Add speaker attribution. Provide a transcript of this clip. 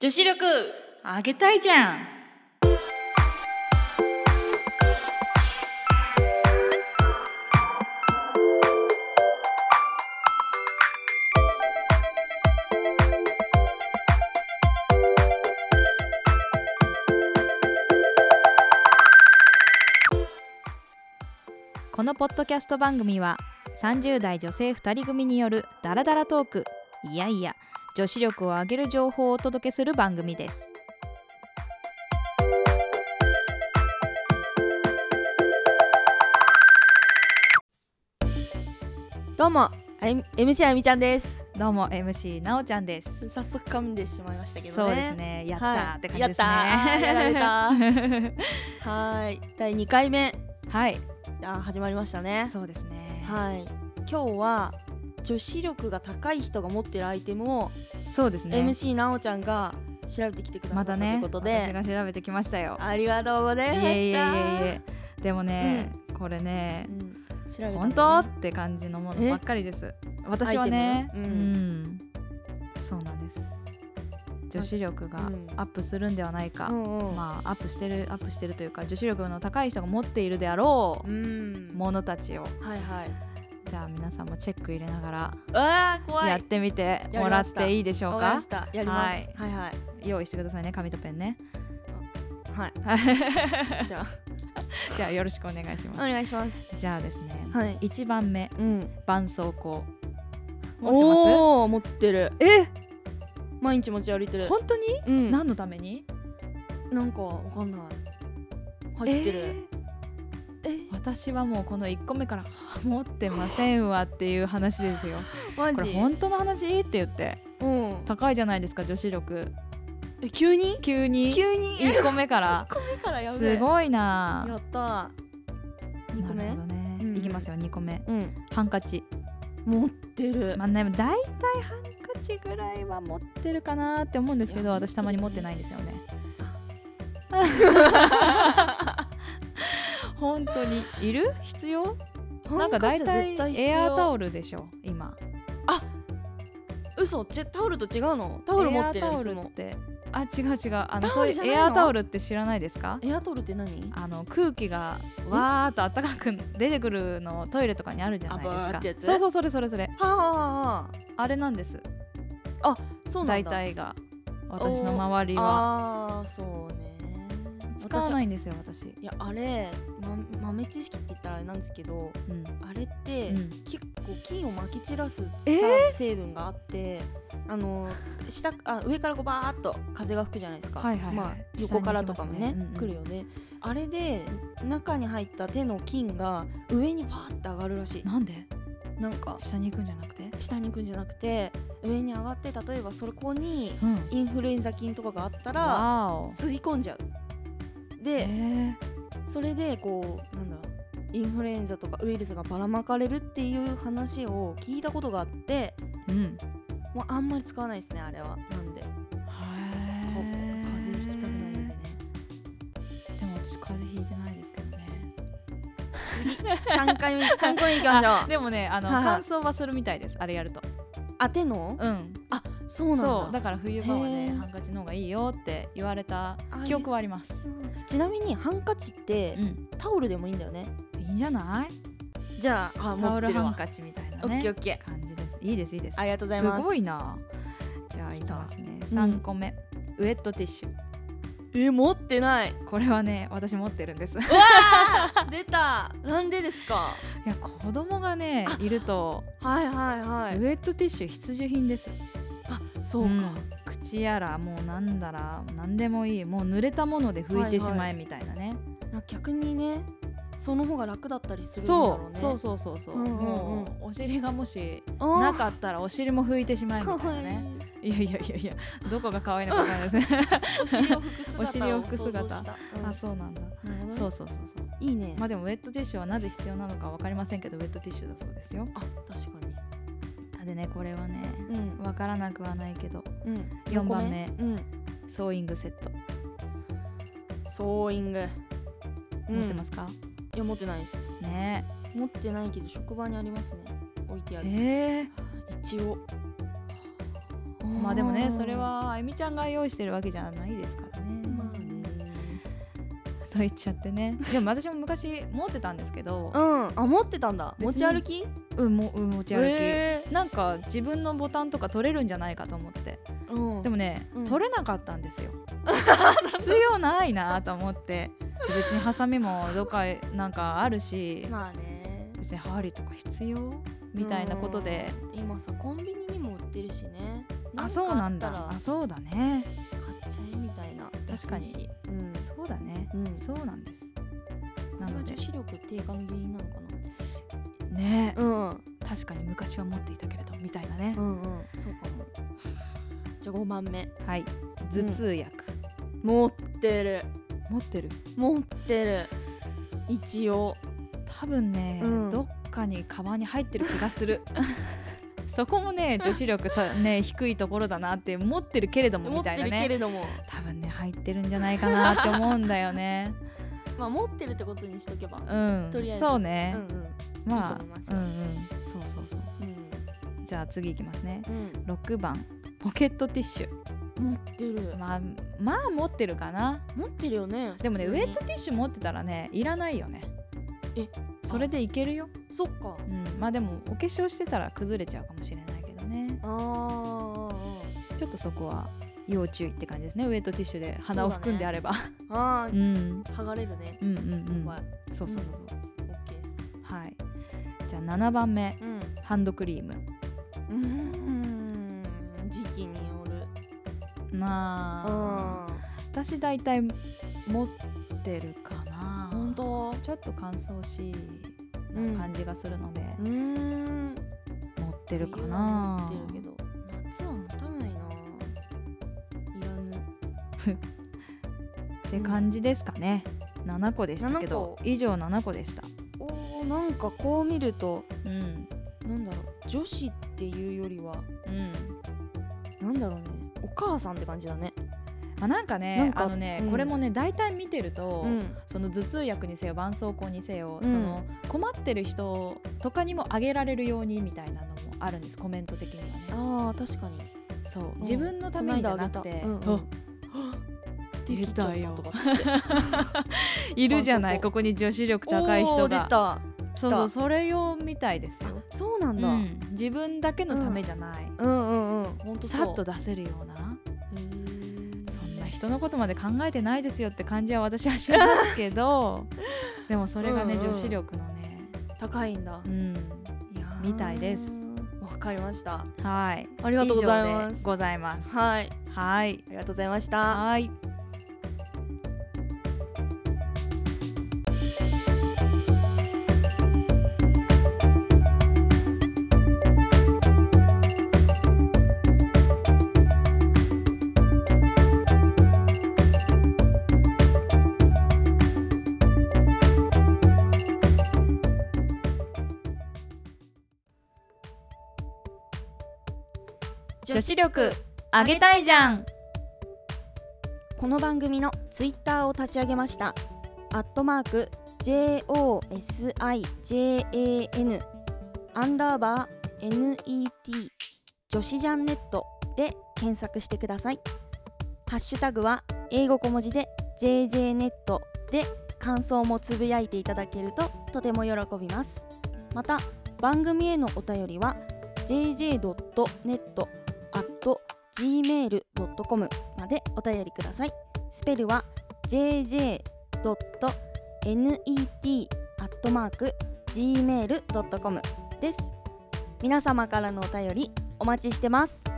Speaker 1: 女子力
Speaker 2: あげたいじゃんこのポッドキャスト番組は30代女性2人組によるダラダラトークいやいや女子力を上げる情報をお届けする番組です
Speaker 1: どうもあゆみ MC あゆみちゃんです
Speaker 2: どうも MC なおちゃんです
Speaker 1: 早速噛んでしまいましたけどね
Speaker 2: そうですねやったーって感じですね、
Speaker 1: はいやったーやはい第二回目
Speaker 2: はい
Speaker 1: あ始まりましたね
Speaker 2: そうですね
Speaker 1: はい今日は女子力が高い人が持ってるアイテムを、
Speaker 2: そうですね
Speaker 1: MC なおちゃんが調べてきてくださ
Speaker 2: ま
Speaker 1: った
Speaker 2: た
Speaker 1: とい
Speaker 2: ね
Speaker 1: うことで、
Speaker 2: 私が調べてきましたよ
Speaker 1: ありがとうござい
Speaker 2: い
Speaker 1: ま
Speaker 2: え
Speaker 1: し
Speaker 2: い
Speaker 1: た
Speaker 2: えいえいえでもね、これね
Speaker 1: うん、調べたんだよね
Speaker 2: 本当って感じのものばっかりです私はね
Speaker 1: アイ
Speaker 2: う、
Speaker 1: テムうん
Speaker 2: そうなんです女子力が
Speaker 1: うん
Speaker 2: アップするんではないか、
Speaker 1: うんうん
Speaker 2: まあアップしてるアップしてるというか女子力の高い人が持っているであろ
Speaker 1: う
Speaker 2: うんものたちを
Speaker 1: はいはい
Speaker 2: じゃあ皆さんもチェック入れなが
Speaker 1: あ
Speaker 2: ら
Speaker 1: ー怖
Speaker 2: やっ
Speaker 1: い
Speaker 2: てみてもらっていいでしょう
Speaker 1: わかり
Speaker 2: か
Speaker 1: ましたやります、
Speaker 2: は
Speaker 1: はいい、はいはい
Speaker 2: 用意してくださいね紙とペンね
Speaker 1: じゃ
Speaker 2: じゃあよろしくお願いし
Speaker 1: あお
Speaker 2: ま
Speaker 1: 願いします
Speaker 2: すじゃあですね
Speaker 1: はい
Speaker 2: 1番目
Speaker 1: うん
Speaker 2: 絆創膏持って
Speaker 1: おおー持ってる
Speaker 2: ます
Speaker 1: 毎日持ち歩いて
Speaker 2: え
Speaker 1: る
Speaker 2: 本当に
Speaker 1: うん
Speaker 2: 何のために
Speaker 1: なんかわかんない入ってる、
Speaker 2: えー私はもうこの1個目からはあ持ってませんわっていう話ですよ
Speaker 1: マ
Speaker 2: これ
Speaker 1: ジ
Speaker 2: 本当の話って言って
Speaker 1: うん
Speaker 2: 高いじゃないですか女子力
Speaker 1: え急に
Speaker 2: 急に
Speaker 1: 急に
Speaker 2: 1個目から
Speaker 1: 個目からやべえ
Speaker 2: すごいな
Speaker 1: やった二個目
Speaker 2: なるほどね、
Speaker 1: うん
Speaker 2: いきますよ2個目
Speaker 1: うん
Speaker 2: ハンカチ
Speaker 1: 持ってる
Speaker 2: まあね大体ハンカチぐらいは持ってるかなって思うんですけ
Speaker 1: い
Speaker 2: ど
Speaker 1: や
Speaker 2: 私たまに持ってないんですよ ね本当にいる必要なんか大体エアータ
Speaker 1: ル
Speaker 2: オルでしょ今
Speaker 1: 嘘ちタオルと違うのタオル持ってる
Speaker 2: エアータオ
Speaker 1: いつ
Speaker 2: ル
Speaker 1: も
Speaker 2: ってあ違う違うあの
Speaker 1: タ
Speaker 2: そ
Speaker 1: オ
Speaker 2: うい
Speaker 1: ルじゃ
Speaker 2: う
Speaker 1: ないの
Speaker 2: エアータオルって知らないですか
Speaker 1: エアータオルって何
Speaker 2: あの空気がわーっと暖かく出てくるのトイレとかにあるじゃない
Speaker 1: あバーって
Speaker 2: で
Speaker 1: や
Speaker 2: す
Speaker 1: つ
Speaker 2: かそうそうそれそれそれ
Speaker 1: はあはあはあ
Speaker 2: あれなんです
Speaker 1: そうなん
Speaker 2: 大
Speaker 1: だ
Speaker 2: 体が私の周りは
Speaker 1: ああーそうね
Speaker 2: 使わないいんですよ私、
Speaker 1: いやあれ、ま、豆知識って言ったらあれなんですけど
Speaker 2: うん
Speaker 1: あれって、
Speaker 2: うん
Speaker 1: 結構菌をまき散らすさ、
Speaker 2: え
Speaker 1: 成分があってあの下あ上からこうバーっと風が吹くじゃないですか、
Speaker 2: はいはいはい
Speaker 1: まあ、
Speaker 2: 下に
Speaker 1: 横からとかもね
Speaker 2: 行きますねうんうん
Speaker 1: 来るよねあれで中に入った手の菌が上にパーって上がるらしい
Speaker 2: なんで
Speaker 1: なんか
Speaker 2: 下に行くんじゃなくて
Speaker 1: 下に行くんじゃなくて上に上がって例えばそこに
Speaker 2: うん
Speaker 1: インフルエンザ菌とかがあったら
Speaker 2: わーお
Speaker 1: 吸い込んじゃう
Speaker 2: え
Speaker 1: で、
Speaker 2: ー
Speaker 1: それでこうなんだろうインフルエンザとかウイルスがばらまかれるっていう話を聞いたことがあって
Speaker 2: うん
Speaker 1: もうあんまり使わないですねあれはなんでか
Speaker 2: へ
Speaker 1: 風
Speaker 2: ー
Speaker 1: 邪ひきたくないんでね
Speaker 2: でも私風邪ひいてないですけどね
Speaker 1: 3回目3個目いきましょ う
Speaker 2: でもねあの
Speaker 1: はい
Speaker 2: 乾燥はするみたいですあれやると
Speaker 1: あ手の
Speaker 2: うん
Speaker 1: あそう
Speaker 2: そ
Speaker 1: な
Speaker 2: うんだ
Speaker 1: だ
Speaker 2: から冬場は
Speaker 1: へ
Speaker 2: ね
Speaker 1: ー
Speaker 2: ハンカチの方がいいよって言われた
Speaker 1: あ
Speaker 2: 記憶はあります
Speaker 1: うんちなみにハンカチって
Speaker 2: うん
Speaker 1: タオルでもいいんだよね
Speaker 2: いいんじゃない
Speaker 1: じゃああ
Speaker 2: タ
Speaker 1: 持
Speaker 2: オ
Speaker 1: っ
Speaker 2: ル
Speaker 1: てる
Speaker 2: ハン
Speaker 1: わ
Speaker 2: カチみたいな
Speaker 1: オッケー
Speaker 2: ね
Speaker 1: オッケ
Speaker 2: 感じですいいですいいです
Speaker 1: ーありがとうございます
Speaker 2: すごいなじゃあいきますね
Speaker 1: うん
Speaker 2: 3個目ウエットティッシュ
Speaker 1: え持って ない
Speaker 2: これはね私持ってるんです い
Speaker 1: 出たなんでですか
Speaker 2: や子供がねいると
Speaker 1: はいはい
Speaker 2: ウ
Speaker 1: はい
Speaker 2: エットティッシュ必需品です
Speaker 1: あそう
Speaker 2: う
Speaker 1: か
Speaker 2: ん口やらもうなんだら何でもいいもう濡れたもので拭いてし
Speaker 1: はい
Speaker 2: ま
Speaker 1: は
Speaker 2: えみたいなね
Speaker 1: なんか逆にねその方が楽だったりするんだろ
Speaker 2: そううそ
Speaker 1: ね
Speaker 2: うそうそうそう
Speaker 1: うんうんうん
Speaker 2: もうお尻がもし
Speaker 1: あー
Speaker 2: なかったらお尻も拭いてしまえみたい
Speaker 1: かわ
Speaker 2: ない
Speaker 1: い
Speaker 2: ねいやいやいやいやどこが可愛いのかわかんないですね
Speaker 1: お尻を拭く姿
Speaker 2: お尻を拭く
Speaker 1: 想像
Speaker 2: 姿
Speaker 1: した、うん
Speaker 2: あそうなんだ
Speaker 1: なるほどね
Speaker 2: そうそうそうそう
Speaker 1: いいね、
Speaker 2: まあでもウェットティッシュはなぜ必要なのかわかりませんけどウェットティッシュだそうですよ
Speaker 1: あ確か
Speaker 2: あでねこれはね
Speaker 1: にうん
Speaker 2: わからなくはないけど
Speaker 1: うん
Speaker 2: 四番目
Speaker 1: 四個うん
Speaker 2: ソーイングセット
Speaker 1: ソーイング、
Speaker 2: 持ってますすか、
Speaker 1: いや持ってないです
Speaker 2: ね
Speaker 1: 持ってないけど職場にありますね置いてある
Speaker 2: ええ
Speaker 1: 一応う
Speaker 2: まあでもねそれはあゆみちゃんが用意してるわけじゃないですからね。
Speaker 1: まあね
Speaker 2: と言っちゃって ねでも私も昔持ってたんですけど
Speaker 1: う、んあ持ってたんだ持ち歩き
Speaker 2: うん、もうん持ち歩き、
Speaker 1: え
Speaker 2: なんか自分のボタンとか取れるんじゃないかと思って
Speaker 1: ーうん
Speaker 2: でもね、
Speaker 1: うん
Speaker 2: 取れなかったんです よ必要ないなと思ってで別にハサミもどっかなんかあるし
Speaker 1: まあね
Speaker 2: 別に針とか必要みたいなことで
Speaker 1: うん今さコンビニにも売ってるしね
Speaker 2: あそうなん
Speaker 1: かあ
Speaker 2: だ
Speaker 1: った
Speaker 2: あそうだね
Speaker 1: ら買っちゃえみたいな
Speaker 2: 確かに
Speaker 1: 安いしうん
Speaker 2: そうだね
Speaker 1: うん
Speaker 2: そうなんですな
Speaker 1: これ
Speaker 2: の
Speaker 1: が
Speaker 2: で
Speaker 1: 女子力低下の原因なのか
Speaker 2: ね
Speaker 1: なうん
Speaker 2: 確かに昔は持っていたけれどみたいなね
Speaker 1: うんうんそうかもじゃあ5番目
Speaker 2: はい頭痛薬
Speaker 1: 持ってる
Speaker 2: 持ってる
Speaker 1: 持ってる一応
Speaker 2: 多分ね
Speaker 1: うん
Speaker 2: どっかにカバンに入ってる気がする そこもね女子力たね低いところだなって持ってるけれども
Speaker 1: 持
Speaker 2: み
Speaker 1: った
Speaker 2: い
Speaker 1: て
Speaker 2: な
Speaker 1: るけ
Speaker 2: ね
Speaker 1: れども、
Speaker 2: 多分ね入ってるんじゃないかなって思うんだよ ね
Speaker 1: まあ持ってるってことにしとけば
Speaker 2: うん
Speaker 1: とりあえず
Speaker 2: そう
Speaker 1: うん
Speaker 2: ね
Speaker 1: う、んいい
Speaker 2: ま
Speaker 1: と思います
Speaker 2: あうんうんそうそうそうじゃあ次いきますね
Speaker 1: うん
Speaker 2: 6番ポケットティッシュ
Speaker 1: 持ってる
Speaker 2: まあまあ持ってるかな
Speaker 1: 持ってるよね
Speaker 2: でもねウ
Speaker 1: 普通
Speaker 2: ェ
Speaker 1: に
Speaker 2: ットティッシュ持ってたらねいらないよね
Speaker 1: え
Speaker 2: それでいけるよ
Speaker 1: そっか
Speaker 2: うんまあでもお化粧してたら崩れちゃうかもしれないけどね
Speaker 1: あー
Speaker 2: ちょっとそこは要注意って感じですねウェットティッシュで鼻を含んであればう,、
Speaker 1: あーあー
Speaker 2: ん、
Speaker 1: 剥がれるね
Speaker 2: うんうんうん
Speaker 1: はい
Speaker 2: そうそうそうそう、
Speaker 1: オッケーです
Speaker 2: はいじゃあ7番目
Speaker 1: うん
Speaker 2: ハンドクリーム
Speaker 1: うーん時期による
Speaker 2: なあ
Speaker 1: う
Speaker 2: 私大体持ってるかなん
Speaker 1: 本当
Speaker 2: ちょっと乾燥しな感じがするので、
Speaker 1: うーん
Speaker 2: 持ってるか
Speaker 1: 冬
Speaker 2: な
Speaker 1: は持ってるけど夏は持たないないらぬ
Speaker 2: って感じですかね、7個でしたけど
Speaker 1: 7個
Speaker 2: 以上7個でした
Speaker 1: おーなんかこう見ると
Speaker 2: うん
Speaker 1: なんだろう女子っていうよりは
Speaker 2: うん
Speaker 1: なんだろうねお母さんって感じだね
Speaker 2: あなんかね
Speaker 1: なんか
Speaker 2: あのね、
Speaker 1: うん
Speaker 2: これもね大体見てると、
Speaker 1: うん
Speaker 2: その頭痛薬にせよ絆創膏にせよ、
Speaker 1: うん
Speaker 2: その困ってる人とかにもあげられるようにみたいなのもあるんですコメント的にはね
Speaker 1: あー確かに
Speaker 2: そう自分のためにじゃなくて、
Speaker 1: この間あげたうんうんできちゃったとかっつって
Speaker 2: あいるじゃな
Speaker 1: あ
Speaker 2: い
Speaker 1: そこ
Speaker 2: ここに女子力高い人
Speaker 1: お
Speaker 2: が
Speaker 1: ー出た
Speaker 2: そうそうそれ用みたいですよ、
Speaker 1: そうなん
Speaker 2: う
Speaker 1: だ、うん、
Speaker 2: ん、自分だけのためじゃない、
Speaker 1: うんうんうんほんとそう
Speaker 2: さっと出せるような
Speaker 1: へー
Speaker 2: そんな人のことまで考えてないですよって感じは私はしますけ どでもそれがね、
Speaker 1: うんうん
Speaker 2: 女子力のね、
Speaker 1: 高いんだ
Speaker 2: うん、
Speaker 1: いやー
Speaker 2: みたいです
Speaker 1: わかりました
Speaker 2: はい
Speaker 1: ありがとうございます
Speaker 2: 以上でございます
Speaker 1: はい
Speaker 2: はい
Speaker 1: ありがとうございました
Speaker 2: はい女子力上げたいじゃん
Speaker 1: この番組のツイッターを立ち上げました。アットマーク JOSIJAN アンダーバー NET 女子ジャンネットで検索してください。ハッシュタグは英語小文字で JJ ネットで感想もつぶやいていただけるととても喜びます。また番組へのお便りは jj.net at gmail.com までお便りください。スペルは jj.net.gmail.com です。皆様からのお便りお待ちしてます。